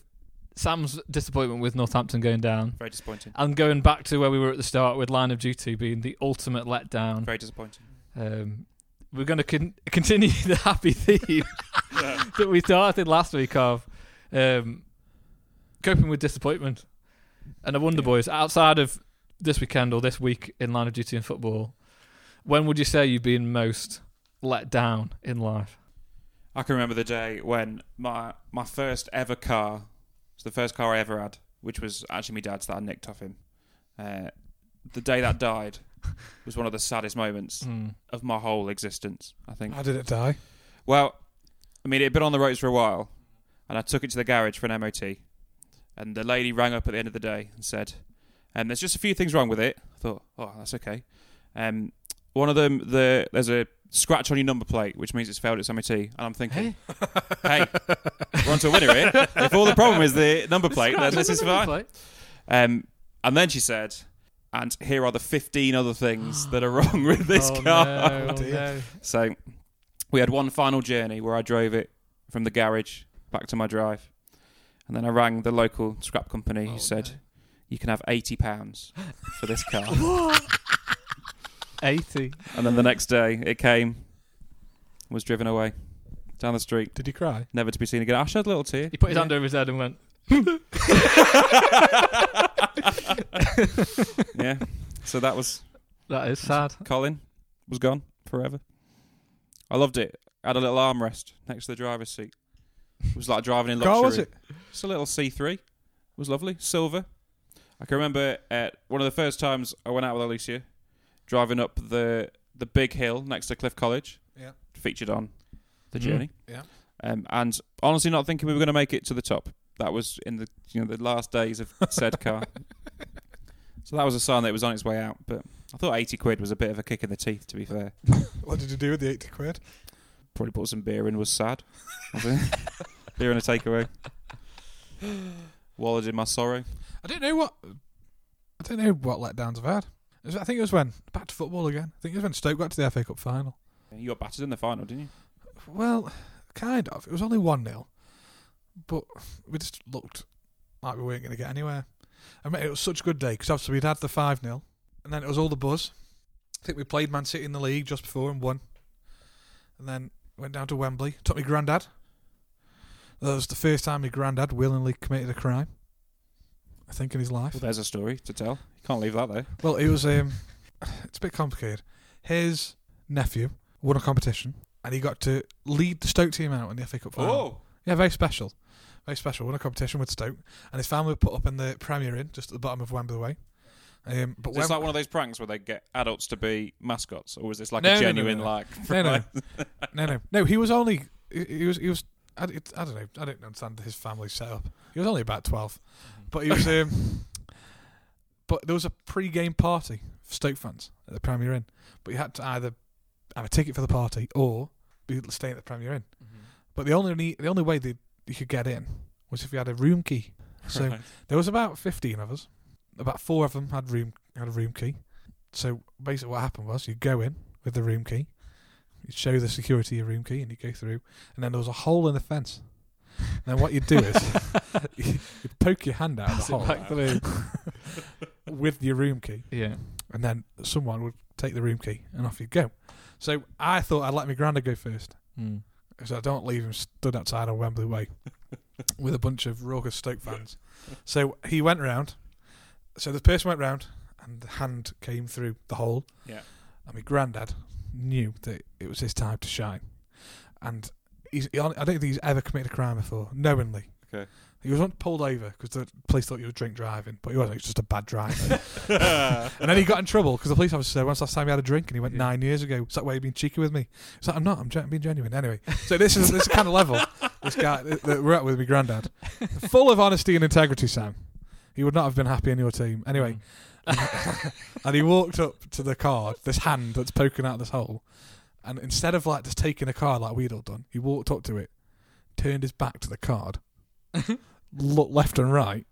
A: Sam's disappointment with Northampton going down
C: Very disappointing.
A: and going back to where we were at the start with Line of Duty being the ultimate letdown,
C: Very disappointing.
A: um, we're going to con- continue the happy theme that we started last week of um, coping with disappointment. And I wonder,
C: Yeah.
A: boys, outside of this weekend or this week in Line of Duty and football, when would you say you've been most let down in life?
C: I can remember the day when my my first ever car, it's the first car I ever had, which was actually my dad's that I nicked off him. Uh, the day that died was one of the saddest moments of my whole existence. I think.
B: How did it die?
C: Well, I mean, it had been on the roads for a while, and I took it to the garage for an MOT. And the lady rang up at the end of the day and said, um, "There's just a few things wrong with it." I thought, "Oh, that's okay." Um, one of them, the there's a scratch on your number plate, which means it's failed its MOT. And I'm thinking, "Hey, we're onto a winner here. If all the problem is the number plate, then this is fine." Um, and then she said, "And here are the 15 other things that are wrong with this
A: oh,
C: car."
A: No, oh,
B: dear.
A: no.
C: So we had one final journey where I drove it from the garage back to my drive. And then I rang the local scrap company
B: Oh,
C: who said, You can have £80 pounds for this car.
A: 80.
C: and then the next day it came, was driven away down the street,
B: Did you cry?
C: never to be seen again. I shed a little tear.
A: He put his hand over his head and went,
C: Yeah. So that was
A: That is sad.
C: Colin, was gone forever. I loved it. had a little armrest next to the driver's seat. It was like driving in luxury.
B: Car was it?
C: Just a little C3. It was lovely. Silver. I can remember uh, one of the first times I went out with Alicia, driving up the the big hill next to Cliff College,
B: Yeah.
C: featured on the
A: Mm.
C: journey.
B: Yeah.
C: Um, and honestly, not thinking we were going to make it to the top. That was in the you know the last days of said car. So that was a sign that it was on its way out. But I thought eighty quid was a bit of a kick in the teeth. To be fair,
B: What did you do with the 80 quid?
C: probably bought some beer and was sad. beer and a takeaway. Wallowed in my sorrow.
B: I don't know what. I don't know what letdowns I've had. It was- I think it was when back to football again. I think it was when Stoke got to the FA Cup final.
C: You got battered in the final, didn't you?
B: Well, kind of. It was only one 0 but we just looked like we weren't going to get anywhere. I mean, it was such a good day because obviously we'd had the five 0 and then it was all the buzz. I think we played Man City in the league just before and won, and then went down to Wembley. Took my granddad. That was the first time my granddad willingly committed a crime. I think in his life.
C: Well, there's a story to tell. You can't leave that there.
B: Well, it was um, it's a bit complicated. His nephew won a competition, and he got to lead the Stoke team out in the FA Cup final.
C: Oh.
B: Yeah, very special, very special. Won a competition with Stoke, and his family were put up in the Premier Inn, just at the bottom of Wembley Way. Um, but
C: Is this
B: Wem-
C: like one of those pranks where they get adults to be mascots, or is this like
B: No, no,
C: a
B: no,
C: genuine
B: no, no.
C: like?
B: no, no, no, no, no. He was only he, he was he was. I, it, I don't know. I don't understand his family setup. He was only about twelve, but he was. Um, but there was a pre-game party for Stoke fans at the Premier Inn. But you had to either have a ticket for the party or be staying at the Premier Inn. But the only the only way that you could get in was if you had a room key. So
C: Right.
B: there was about fifteen of us. About four of them had room had a room key. So basically, what happened was you go in with the room key, you show the security your room key, and you go through. And then there was a hole in the fence. And then what you do is you poke your hand out of
A: Pass
B: the
A: it
B: hole
A: back through.
B: with your room key,
A: Yeah.
B: and then someone would take the room key, and off you go. So I thought I'd let my granddad go first.
A: Mm.
B: So I don't leave him stood outside on Wembley Way with a bunch of raucous Stoke fans. So he went round. So the person went round, and the hand came through the hole.
C: Yeah.
B: And my granddad knew that it was his time to shine, and he's, he, hon- I don't think he's ever committed a crime before knowingly.
C: Okay.
B: He was once pulled over because the police thought he was drink driving, but he wasn't. He was just a bad driver. and then he got in trouble because the police officer said, "When's the last time you had a drink?" And he went,
A: Yeah.
B: nine years ago." It's like, "Why you being cheeky with me?" It's like, "I'm not. I'm gen- being genuine." Anyway, so this is this kind of level this guy that that we're at with my granddad, full of honesty and integrity, Sam. He would not have been happy in your team. Anyway, and he walked up to the car, this hand that's poking out this hole, and instead of like just taking the card like we'd all done, he walked up to it, turned his back to the card, looked left and right,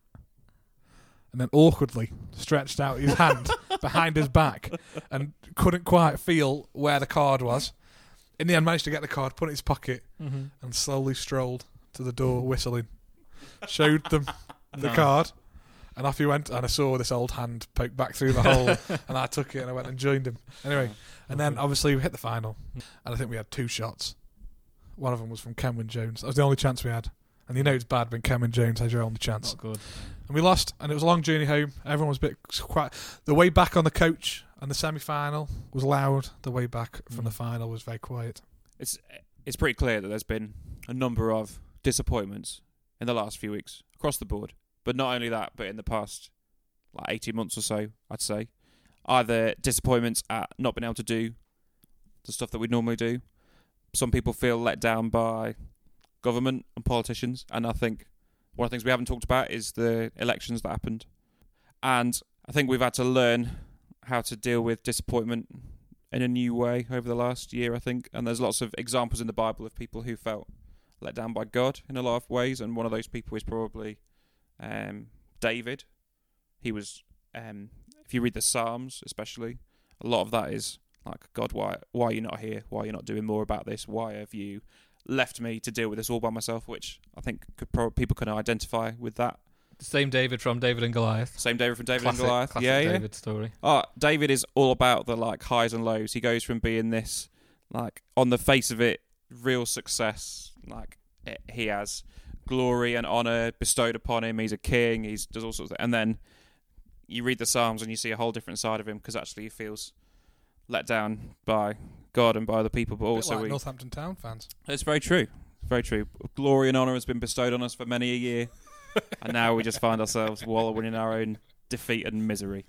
B: and then awkwardly stretched out his hand behind his back and couldn't quite feel where the card was. In the end, managed to get the card, put it in his pocket,
A: Mhm.
B: and slowly strolled to the door whistling, showed them the
A: Nice.
B: card, and off he went. And I saw this old hand poke back through the hole, and I took it and I went and joined him. Anyway,
A: Oh,
B: and then obviously we hit the final, and I think we had two shots. One of them was from Cameron Jones. That was the only chance we had. And you know it's bad when Cameron Jones has your only chance.
A: Not good.
B: And we lost, and it was a long journey home. Everyone was a bit quiet. The way back on the coach and the semi final was loud. The way back from
A: Mm.
B: the final was very quiet.
C: It's it's pretty clear that there's been a number of disappointments in the last few weeks across the board. But not only that, but in the past like 18 months or so, I'd say either disappointments at not being able to do the stuff that we normally do. Some people feel let down by government and politicians, and I think one of the things we haven't talked about is the elections that happened. And I think we've had to learn how to deal with disappointment in a new way over the last year, I think. And there's lots of examples in the Bible of people who felt let down by God in a lot of ways. And one of those people is probably um, David. He was, um, if you read the Psalms, especially, a lot of that is like, God, why, why are you not here? Why are you not doing more about this? Why have you left me to deal with this all by myself? Which I think could pro- people can identify with that.
A: The same David from David and Goliath.
C: Same David from David
A: classic,
C: and Goliath.
A: Classic
C: yeah, yeah.
A: David story.
C: Oh, David is all about the like highs and lows. He goes from being this like on the face of it real success, like it, he has glory and honor bestowed upon him. He's a king. He's does all sorts of, and then you read the Psalms and you see a whole different side of him because actually he feels let down by God and by other people, but
B: Also,
C: also
B: like
C: we,
B: Northampton Town fans.
C: it's very true. It's very true. Glory and honour has been bestowed on us for many a year, and now we just find ourselves wallowing in our own defeat and misery.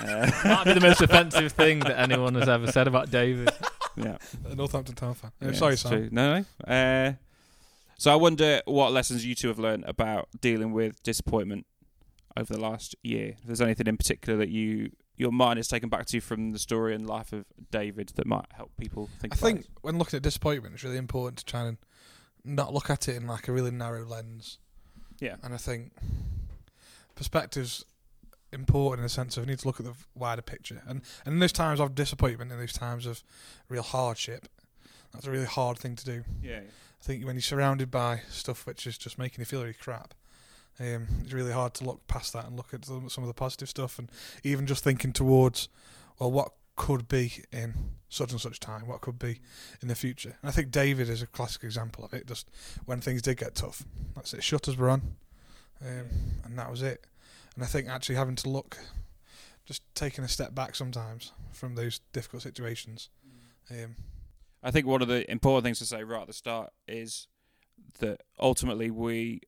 C: Uh,
A: Might be the most offensive thing that anyone has ever said about David.
C: yeah.
B: A Northampton Town fan.
C: Yeah,
B: sorry,
C: it's
B: Sam.
C: true. No, no. Uh, so I wonder what lessons you two have learned about dealing with disappointment over the last year. If there's anything in particular that you your mind is taken back to from the story and life of David that might help people
B: I
C: think. about
B: think
C: it.
B: when looking at disappointment, it's really important to try and not look at it in like a really narrow lens.
C: Yeah.
B: And I think perspectives important in the sense of you need to look at the wider picture. And and in those times of disappointment, in those times of real hardship, that's a really hard thing to do.
C: Yeah.
B: I think when you're surrounded by stuff which is just making you feel really crap, um, it's really hard to look past that and look at some some of the positive stuff, and even just thinking towards, well, what could be in such and such time, what could be in the future. And I think David is a classic example of it. Just when things did get tough, that's it. Shutters were on, um, and that was it. And I think actually having to look, just taking a step back sometimes from those difficult situations. Um,
C: I think one of the important things to say right at the start is that ultimately we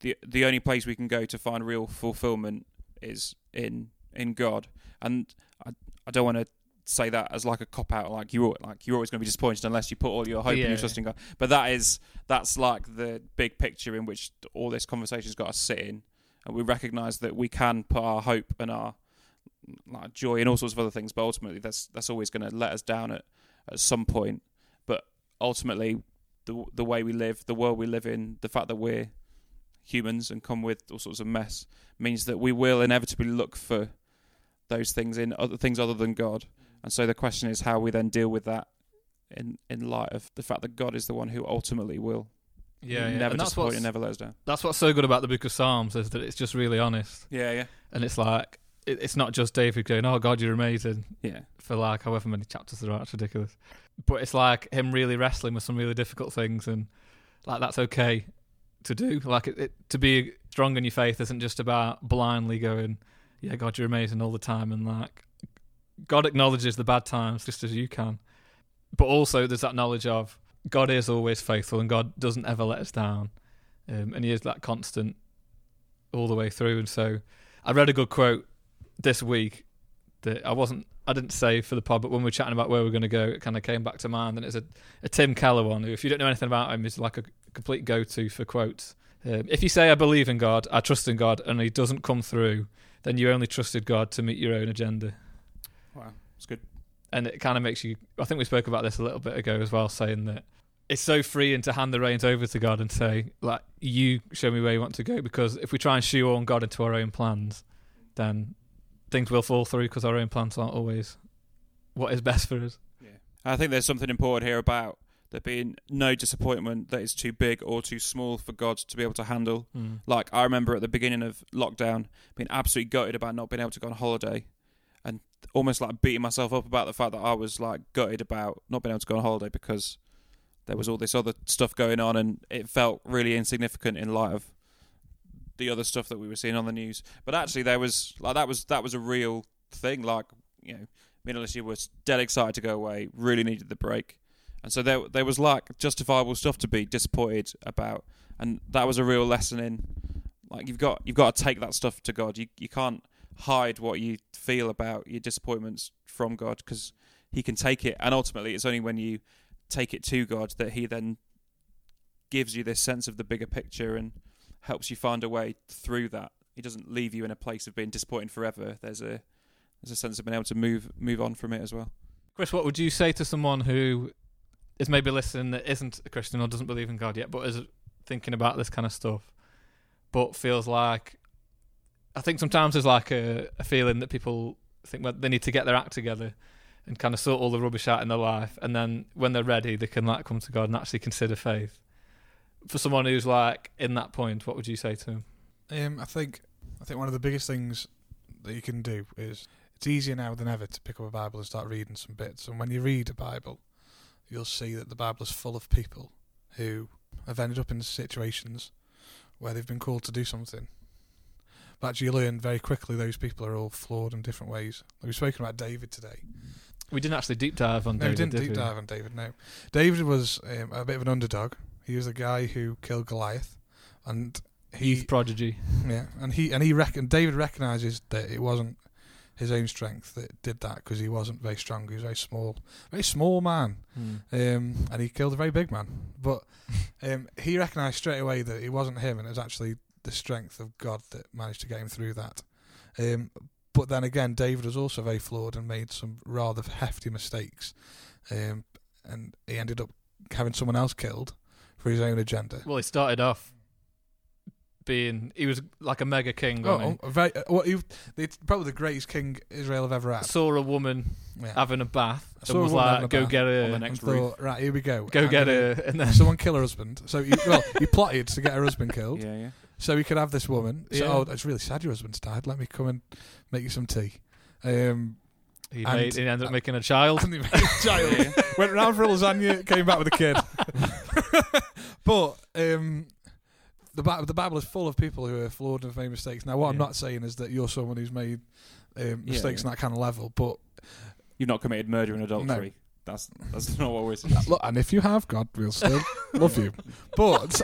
C: the the only place we can go to find real fulfillment is in in God. And I I don't want to say that as like a cop out like you are like you're always going to be disappointed unless you put all your hope and
A: Yeah.
C: your trust in God. But that is that's like the big picture in which all this conversation's got us sitting and we recognize that we can put our hope and our like joy and all sorts of other things, but ultimately that's that's always going to let us down at at some point. But ultimately, the the way we live, the world we live in, the fact that we're humans and come with all sorts of mess means that we will inevitably look for those things in other things other than God. And so the question is how we then deal with that in in light of the fact that God is the one who ultimately will
A: Yeah, yeah.
C: never
A: and that's
C: disappoint
A: what's,
C: and never let us down.
A: that's what's so good about the Book of Psalms is that it's just really honest,
C: Yeah, yeah,
A: and it's like it, it's not just David going, "Oh God, you're amazing,"
C: yeah.
A: for like however many chapters there are. It's ridiculous, but it's like him really wrestling with some really difficult things, and like that's okay to do. Like it, it, to be strong in your faith isn't just about blindly going, "Yeah, God, you're amazing all the time," and like God acknowledges the bad times just as you can, but also there's that knowledge of God is always faithful and God doesn't ever let us down, um, and He is that constant all the way through. And so, I read a good quote this week that I wasn't, I didn't say for the pod, but when we were chatting about where we are going to go, it kind of came back to mind. And it's a, a Tim Keller one who, if you don't know anything about him, is like a complete go-to for quotes. Um, if you say I believe in God, I trust in God, and He doesn't come through, then you only trusted God to meet your own agenda
C: Wow, it's good.
A: and it kind of makes you i think we spoke about this a little bit ago as well saying that it's so freeing to hand the reins over to god and say like you show me where you want to go because if we try and shoehorn god into our own plans then things will fall through because our own plans aren't always what is best for us
C: I think there's something important here about there being no disappointment that is too big or too small for God to be able to handle. Like I remember at the beginning of lockdown being absolutely gutted about not being able to go on holiday and almost like beating myself up about the fact that I was like gutted about not being able to go on holiday because there was all this other stuff going on and it felt really insignificant in light of the other stuff that we were seeing on the news. But actually there was like that was that was a real thing. Like, you know, me and Alicia was dead excited to go away, really needed the break. And so there there was like justifiable stuff to be disappointed about. And that was a real lesson in like you've got you've got to take that stuff to God. You you can't hide what you feel about your disappointments from God because He can take it, and ultimately it's only when you take it to God that He then gives you this sense of the bigger picture and helps you find a way through that. He doesn't leave you in a place of being disappointed forever. There's a there's a sense of being able to move move on from it as well.
A: Chris, what would you say to someone who is maybe listening that isn't a Christian or doesn't believe in God yet, but is thinking about this kind of stuff, but feels like I think sometimes there's like a, a feeling that people think well, they need to get their act together and kind of sort all the rubbish out in their life, and then when they're ready, they can like come to God and actually consider faith. For someone who's like in that point, what would you say to them?
B: Um, I think I think one of the biggest things that you can do is it's easier now than ever to pick up a Bible and start reading some bits. And when you read a Bible, you'll see that the Bible is full of people who have ended up in situations where they've been called to do something. But actually, you learn very quickly those people are all flawed in different ways. Like we've spoken about David today.
A: We didn't actually deep dive on
B: No,
A: David,
B: we didn't
A: did
B: deep
A: we?
B: dive on David. No, David was um, a bit of an underdog. He was the guy who killed Goliath, and he
A: Youth prodigy.
B: yeah, and he and he reckon David recognizes that it wasn't his own strength that did that because he wasn't very strong. He was very small, very small man, um, and he killed a very big man. But um, he recognized straight away that it wasn't him, and it was actually the strength of God that managed to get him through that. Um, but then again, David was also very flawed and made some rather hefty mistakes, um, and he ended up having someone else killed for his own agenda.
A: Well, he started off being he was like a mega king.
B: Oh,
C: eh?
A: wasn't
B: oh, very, uh, well, he, it's probably the greatest king Israel have ever
A: he?
B: had.
A: Saw a woman
B: Yeah.
A: having a bath
B: oh. I saw
A: and
B: a
A: was
B: woman having a
A: like, "Go
B: bath
A: get
C: on the
A: her,
C: ah, next-
B: and
C: roof.
B: thought, right, here we go.
A: go
B: I'm
A: get
B: gonna-
A: her," and then
B: Someone kill her husband. So, he, well, he plotted to get her husband killed
C: Yeah, yeah.
B: so he could have this woman. So,
A: Yeah.
B: oh, it's really sad your husband's died. Let me come and make you some tea. Um,
A: he,
B: and- uh,
A: made, he ended up making a child.
B: and he made a child.
C: Yeah, yeah.
B: Went round for a lasagna, came back with a kid. but um, the Bi- the Bible is full of people who are flawed and have made mistakes. Now, what I'm
C: Yeah.
B: not saying is that you're someone who's made um,
C: Yeah,
B: mistakes
C: yeah.
B: on that kind of level, but
C: You've not committed murder and adultery. That's that's not what we're saying.
B: Look, and if you have God, we'll still love you. But,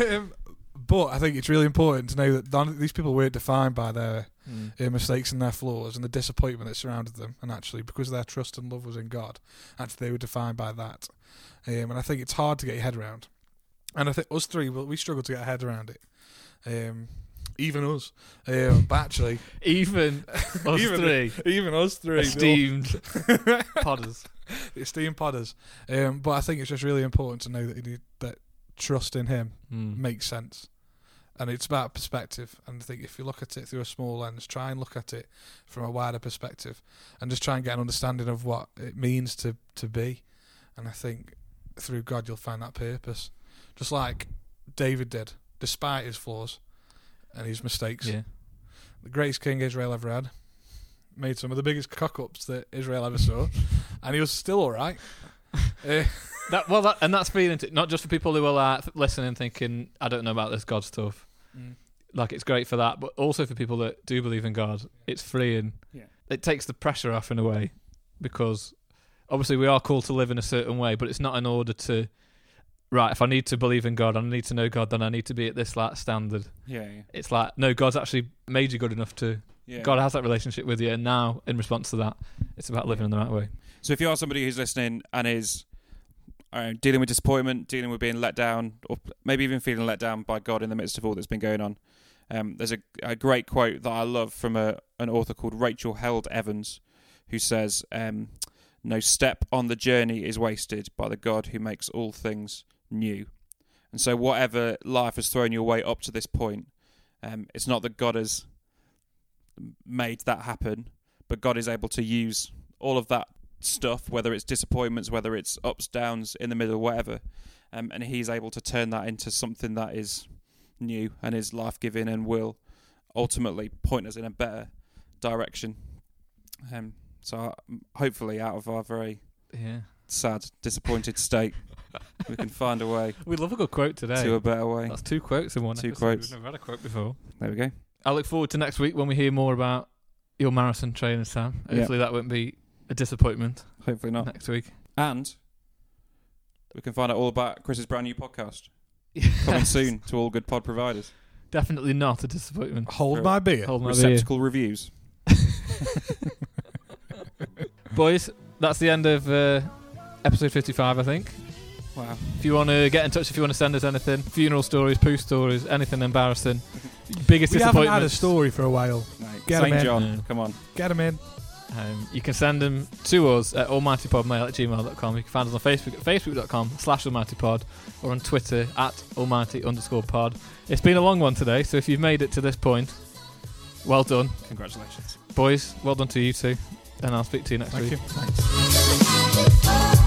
B: um, but I think it's really important to know that none of these people weren't defined by their
A: Mm.
B: uh, mistakes and their flaws and the disappointment that surrounded them. And actually, because their trust and love was in God, actually they were defined by that. Um, and I think it's hard to get your head around. And I think us three, well, we struggle to get our head around it. Um, even us, um, but actually,
A: Even us
B: Even-
A: three
B: even us three,
A: esteemed podders.
B: esteemed podders. Um, but I think it's just really important to know that you need, that trust in him
A: Mm.
B: makes sense, and it's about perspective. And I think if you look at it through a small lens, try and look at it from a wider perspective, and just try and get an understanding of what it means to to be. And I think through God you'll find that purpose, just like David did, despite his flaws and his mistakes.
A: Yeah.
B: The greatest king Israel ever had made some of the biggest cock ups that Israel ever saw, and he was still all right. Eh,
A: That well, that, and that's feeling it. Not just for people who are like th- listening, thinking, "I don't know about this God stuff."
C: Mm.
A: Like it's great for that, but also for people that do believe in God, it's freeing.
C: Yeah.
A: It takes the pressure off in a way, because obviously we are called to live in a certain way, but it's not in order to. Right, if I need to believe in God, I need to know God, then I need to be at this like standard.
C: Yeah, yeah.
A: It's like no, God's actually made you good enough to.
C: yeah.
A: God has that relationship with you, and now in response to that, it's about living in the right way.
C: So if you are somebody who's listening and is uh, dealing with disappointment, dealing with being let down, or maybe even feeling let down by God in the midst of all that's been going on, um, there's a, a great quote that I love from a, an author called Rachel Held Evans, who says, um, "No step on the journey is wasted by the God who makes all things new." And so, whatever life has thrown your way up to this point, um, it's not that God has made that happen, but God is able to use all of that stuff, whether it's disappointments, whether it's ups, downs, in the middle, whatever. Um, and he's able to turn that into something that is new and is life giving and will ultimately point us in a better direction. Um, so I- hopefully, out of our very
A: Yeah.
C: sad, disappointed state, we can find a way
A: We love a good quote today.
C: to a better way.
A: That's two quotes in one.
C: Two
A: episode.
C: quotes.
A: We've never had a quote before.
C: There we go.
A: I look forward to next week when we hear more about your marathon training, Sam.
C: Yeah. Oh.
A: Hopefully that won't be a disappointment
C: Hopefully not.
A: next week.
C: And we can find out all about Chris's brand new podcast coming soon to all good pod providers.
A: Definitely not a disappointment.
B: Hold my beer.
A: Hold my beer.
C: Receptacle reviews.
A: Boys, that's the end of uh, episode 55, I think.
C: Wow.
A: If you want to get in touch, if you want to send us anything, funeral stories, poo stories, anything embarrassing, biggest
B: We haven't
A: disappointment.
B: had a story for a while.
C: No,
B: Get 'em
C: St.
B: in.
C: John,
A: Yeah.
C: come on.
B: Get them in.
A: Um, you can send them to us at almightypodmail at gmail.com. You can find us on Facebook at facebook.com slash almightypod or on Twitter at almighty underscore pod. It's been a long one today, so if you've made it to this point, well done.
C: Congratulations.
A: Boys, well done to you two. And I'll speak to you next
B: Thank
A: week.
B: you. Thanks.
E: Thank you.